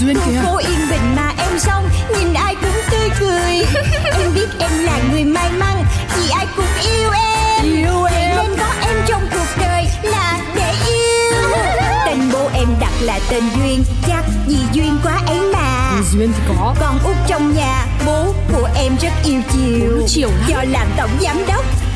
duyên kìa cô yên bình mà em xong nhìn ai cũng tươi cười em biết em là người may mắn vì ai cũng yêu em Yêu Vậy em. nên có em trong cuộc đời là để yêu tên bố em đặt là tên duyên chắc vì duyên quá ấy mà Thì duyên thì có con út trong nhà bố của em rất yêu chiều Bố chiều lắm. do làm tổng giám đốc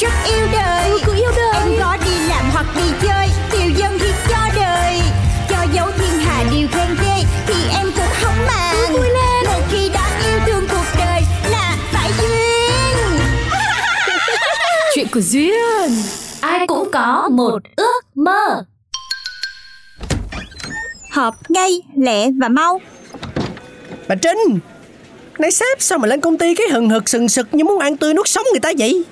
rất yêu đời cứ Ừ, yêu đời. Em có đi làm hoặc đi chơi Điều dân thì cho đời Cho dấu thiên hà điều khen ghê Thì em cũng không màng vui lên. Một khi đã yêu thương cuộc đời Là phải duyên Chuyện của duyên ai cũng có một ước mơ Họp ngay, lẹ và mau Bà Trinh Nãy sếp sao mà lên công ty cái hừng hực sừng sực như muốn ăn tươi nuốt sống người ta vậy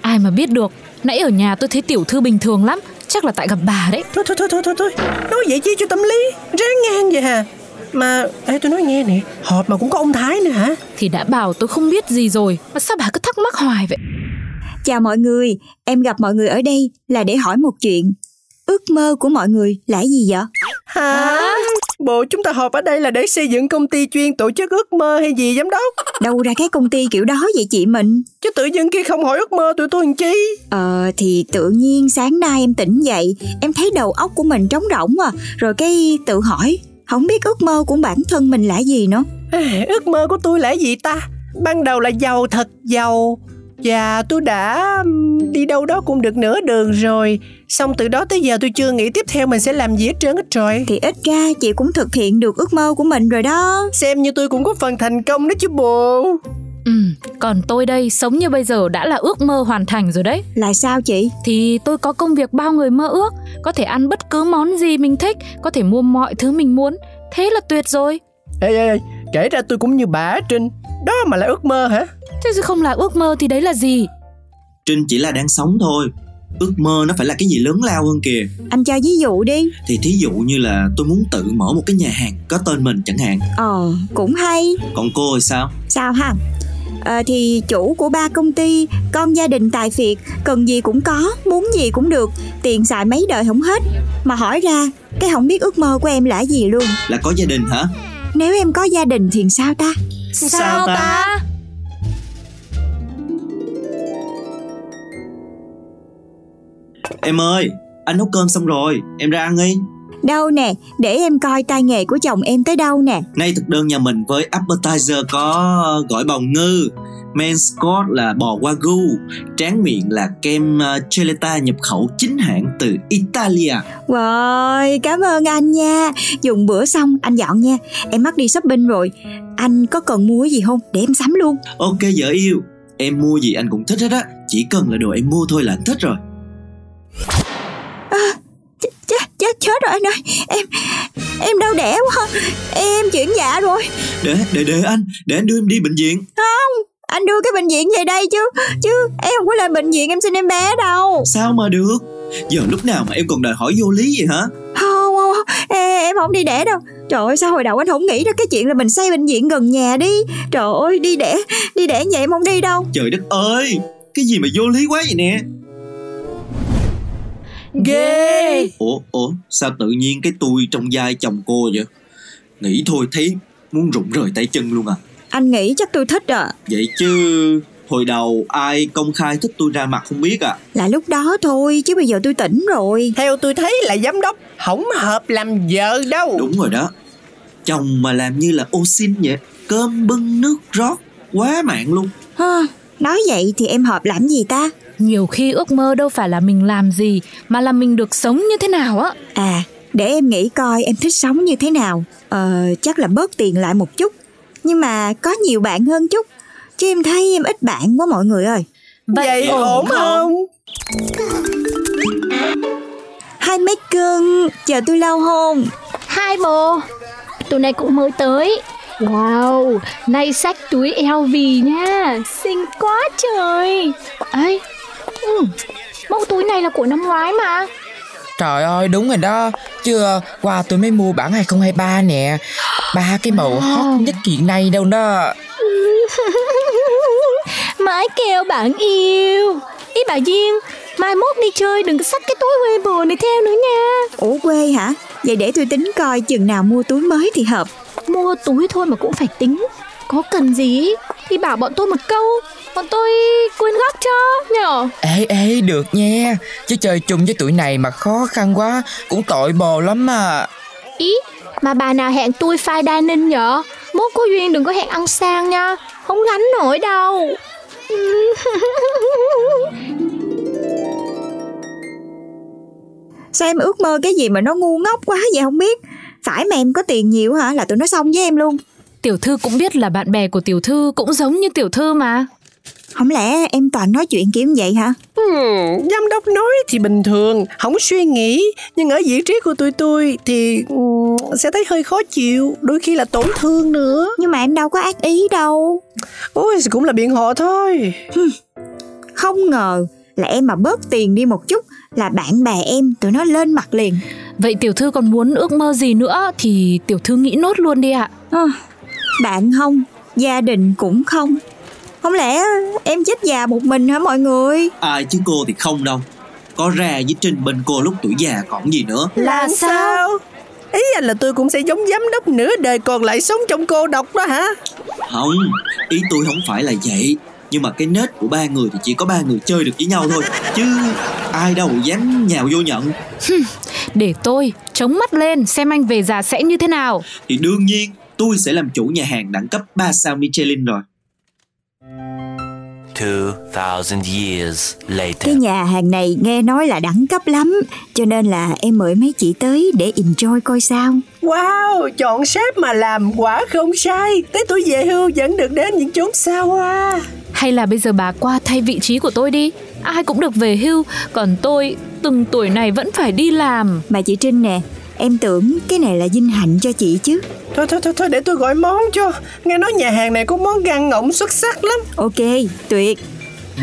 Ai mà biết được Nãy ở nhà tôi thấy tiểu thư bình thường lắm Chắc là tại gặp bà đấy Thôi thôi thôi thôi thôi, thôi. Nói vậy chi cho tâm lý Ráng ngang vậy hà Mà ê, tôi nói nghe nè Họp mà cũng có ông Thái nữa hả Thì đã bảo tôi không biết gì rồi Mà sao bà cứ thắc mắc hoài vậy Chào mọi người, em gặp mọi người ở đây là để hỏi một chuyện Ước mơ của mọi người là gì vậy? Hả Bộ chúng ta họp ở đây là để xây dựng công ty chuyên tổ chức ước mơ hay gì giám đốc Đâu ra cái công ty kiểu đó vậy chị mình? Chứ tự dưng kia không hỏi ước mơ tụi tôi làm chi Ờ thì tự nhiên sáng nay em tỉnh dậy Em thấy đầu óc của mình trống rỗng à Rồi cái tự hỏi Không biết ước mơ của bản thân mình là gì nữa Ê, Ước mơ của tôi là gì ta Ban đầu là giàu thật giàu Và tôi đã ừm, đi đâu đó cũng được nửa đường rồi Xong từ đó tới giờ tôi chưa nghĩ tiếp theo mình sẽ làm gì hết trơn hết trời Thì ít ra chị cũng thực hiện được ước mơ của mình rồi đó Xem như tôi cũng có phần thành công đó chứ bộ Ừ Còn tôi đây sống như bây giờ đã là ước mơ hoàn thành rồi đấy Là sao chị? Thì tôi có công việc bao người mơ ước Có thể ăn bất cứ món gì mình thích Có thể mua mọi thứ mình muốn Thế là tuyệt rồi Ê ê ê, kể ra tôi cũng như bà Trinh Đó mà là ước mơ hả Thế chứ không là ước mơ thì đấy là gì Trinh chỉ là đang sống thôi Ước mơ nó phải là cái gì lớn lao hơn kìa Anh cho ví dụ đi Thì thí dụ như là tôi muốn tự mở một cái nhà hàng có tên mình chẳng hạn Ờ cũng hay Còn cô thì sao? Sao ha? Ờ, thì chủ của ba công ty Con gia đình tài phiệt Cần gì cũng có Muốn gì cũng được Tiền xài mấy đời không hết Mà hỏi ra Cái không biết ước mơ của em là gì luôn Là có gia đình hả? Nếu em có gia đình thì sao ta? Sao ta? Em ơi, anh nấu cơm xong rồi, em ra ăn đi Đâu nè, để em coi tay nghề của chồng em tới đâu nè Nay thực đơn nhà mình với appetizer có ờ, gỏi bào ngư Main course là bò wagyu Tráng miệng là kem ờ, chelata nhập khẩu chính hãng từ Italia Rồi, cảm ơn anh nha Dùng bữa xong, anh dọn nha Em mắc đi shopping rồi Anh có cần mua gì không? Để em sắm luôn Ok vợ yêu Em mua gì anh cũng thích hết á Chỉ cần là đồ em mua thôi là anh thích rồi Chết, chết, chết rồi anh ơi Em, em đau đẻ quá Em chuyển dạ rồi Để, để, để anh Để anh đưa em đi bệnh viện Anh đưa cái bệnh viện về đây chứ Chứ em không có lên bệnh viện em xin em bé đâu Sao mà được Giờ lúc nào mà em còn đòi hỏi vô lý vậy hả Không, không, không. Ê, em không đi đẻ đâu Trời ơi, sao hồi đầu anh không nghĩ ra cái chuyện là mình xây bệnh viện gần nhà đi Trời ơi, đi đẻ, đi đẻ vậy em không đi đâu Trời đất ơi Cái gì mà vô lý quá vậy nè Ghê Ủa, ủa Sao tự nhiên cái tôi trong vai chồng cô vậy Nghĩ thôi thấy Muốn rụng rời tay chân luôn à Anh nghĩ chắc tôi thích à Vậy chứ Hồi đầu ai công khai thích tôi ra mặt không biết à Là lúc đó thôi chứ bây giờ tôi tỉnh rồi Theo tôi thấy là giám đốc Không hợp làm vợ đâu Đúng rồi đó Chồng mà làm như là ô xin vậy Cơm bưng nước rót Quá mạng luôn Ha, Nói vậy thì em hợp làm gì ta Nhiều khi ước mơ đâu phải là mình làm gì Mà là mình được sống như thế nào á À để em nghĩ coi em thích sống như thế nào Ờ chắc là bớt tiền lại một chút Nhưng mà có nhiều bạn hơn chút Chứ em thấy em ít bạn quá mọi người ơi Vậy ổn không Hai mấy cưng Chờ tôi lâu không hai bồ tụi này cũng mới tới Wow, nay sách túi LV nha Xinh quá trời ấy ừ, Mẫu túi này là của năm ngoái mà Trời ơi đúng rồi đó Chưa qua tôi mới mua bản 2023 nè Ba cái Ờ. màu hot nhất hiện nay đâu đó Mãi kêu bạn yêu Ý bà Duyên Mai mốt đi chơi đừng có xách cái túi quê bùa này theo nữa nha Ủa quê hả? Vậy để tôi tính coi chừng nào mua túi mới thì hợp Mua túi thôi mà cũng phải tính Có cần gì Thì bảo bọn tôi một câu Bọn tôi quyên góp cho nhở Ê ê được nha Chứ chơi chung với tụi này mà khó khăn quá Cũng tội bồ lắm à Ý mà bà nào hẹn tôi fine dining nhở Mốt có duyên đừng có hẹn ăn sang nha Không gánh nổi đâu Sao em ước mơ cái gì mà nó ngu ngốc quá vậy không biết Phải mà em có tiền nhiều hả là tụi nó xong với em luôn Tiểu thư cũng biết là bạn bè của tiểu thư cũng giống như tiểu thư mà Không lẽ em toàn nói chuyện kiểu như vậy hả Hmm, giám đốc nói thì bình thường, không suy nghĩ, nhưng ở vị trí của tụi tôi thì ừ, sẽ thấy hơi khó chịu, đôi khi là tổn thương nữa. Nhưng mà em đâu có ác ý đâu Ôi, cũng là biện hộ thôi. Không ngờ là em mà bớt tiền đi một chút Là bạn bè em tụi nó lên mặt liền Vậy tiểu thư còn muốn ước mơ gì nữa Thì tiểu thư nghĩ nốt luôn đi ạ Ờ, Bạn không, gia đình cũng không Không lẽ em chết già một mình hả mọi người Ai chứ cô thì không đâu Có ra với Trinh bên cô lúc tuổi già còn gì nữa Là sao? Ý anh là tôi cũng sẽ giống giám đốc nửa đời còn lại sống trong cô độc đó hả? Không, ý tôi không phải là vậy Nhưng mà cái nết của ba người thì chỉ có ba người chơi được với nhau thôi Chứ ai đâu dám nhào vô nhận Để tôi chống mắt lên xem anh về già sẽ như thế nào Thì đương nhiên tôi sẽ làm chủ nhà hàng đẳng cấp 3 sao Michelin rồi 2,000 years later. Cái nhà hàng này nghe nói là đẳng cấp lắm Cho nên là em mời mấy chị tới để enjoy coi sao Wow, chọn sếp mà làm quả không sai. Tới tuổi về hưu vẫn được đến những chốn xa hoa. Hay là bây giờ bà qua thay vị trí của tôi đi Ai cũng được về hưu Còn tôi từng tuổi này vẫn phải đi làm Mà chị Trinh nè Em tưởng cái này là vinh hạnh cho chị chứ Thôi thôi thôi thôi để tôi gọi món cho. Nghe nói nhà hàng này có món gan ngỗng xuất sắc lắm. Ok, tuyệt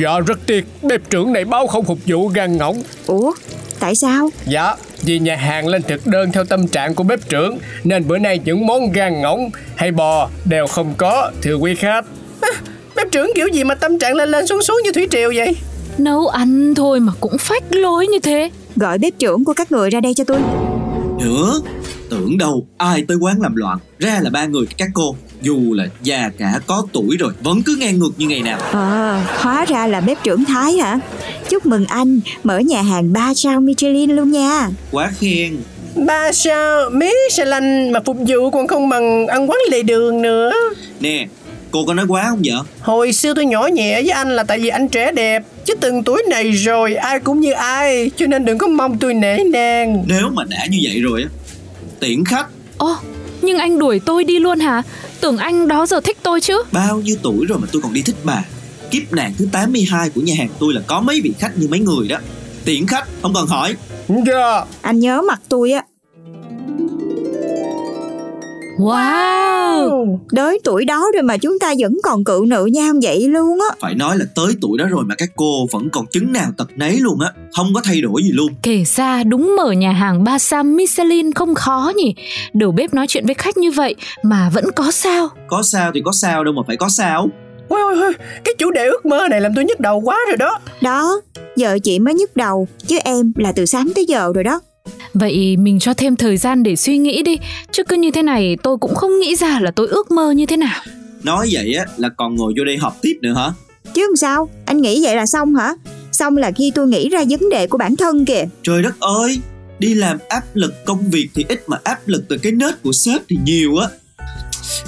Dạ rất tiếc, bếp trưởng này báo không phục vụ gan ngỗng Ủa, tại sao? Dạ, vì nhà hàng lên thực đơn theo tâm trạng của bếp trưởng Nên bữa nay những món gan ngỗng hay bò đều không có, thưa quý khách Bếp trưởng kiểu gì mà tâm trạng lên lên xuống xuống như thủy triều vậy? Nấu ăn thôi mà cũng phách lối như thế Gọi bếp trưởng của các người ra đây cho tôi Nữa, tưởng đâu ai tới quán làm loạn Ra là ba người các cô Dù là già cả có tuổi rồi Vẫn cứ ngang ngược như ngày nào Ờ, hóa ra là bếp trưởng Thái hả? Chúc mừng anh, mở nhà hàng 3 sao Michelin luôn nha Quá khen Ba sao, mí xe lanh mà phục vụ còn không bằng ăn quán lề đường nữa. Nè, cô có nói quá không vậy? Hồi xưa tôi nhỏ nhẹ với anh là tại vì anh trẻ đẹp Chứ từng tuổi này rồi ai cũng như ai Cho nên đừng có mong tôi nể nang Nếu mà đã như vậy rồi á Tiễn khách Ô, nhưng anh đuổi tôi đi luôn hả? Tưởng anh đó giờ thích tôi chứ? Bao nhiêu tuổi rồi mà tôi còn đi thích bà Kiếp nạn thứ 82 của nhà hàng tôi là có mấy vị khách như mấy người đó Tiễn khách, không cần hỏi Dạ, Anh nhớ mặt tôi á, Wow, đới tuổi đó rồi mà chúng ta vẫn còn cự nữ nhau vậy luôn á Phải nói là tới tuổi đó rồi mà các cô vẫn còn chứng nào tật nấy luôn á Không có thay đổi gì luôn kể ra đúng mở nhà hàng ba sao Michelin không khó nhỉ Đầu bếp nói chuyện với khách như vậy mà vẫn có sao Có sao thì có sao đâu mà phải có sao Ôi ôi ôi, cái chủ đề ước mơ này làm tôi nhức đầu quá rồi đó Đó, giờ chị mới nhức đầu, chứ em là từ sáng tới giờ rồi đó Vậy mình cho thêm thời gian để suy nghĩ đi Chứ cứ như thế này tôi cũng không nghĩ ra là tôi ước mơ như thế nào Nói vậy á là còn ngồi vô đây họp tiếp nữa hả? Chứ làm sao, anh nghĩ vậy là xong hả? Xong là khi tôi nghĩ ra vấn đề của bản thân kìa Trời đất ơi Đi làm áp lực công việc thì ít mà áp lực từ cái nết của sếp thì nhiều á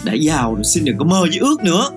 Đã giàu rồi xin đừng có mơ với ước nữa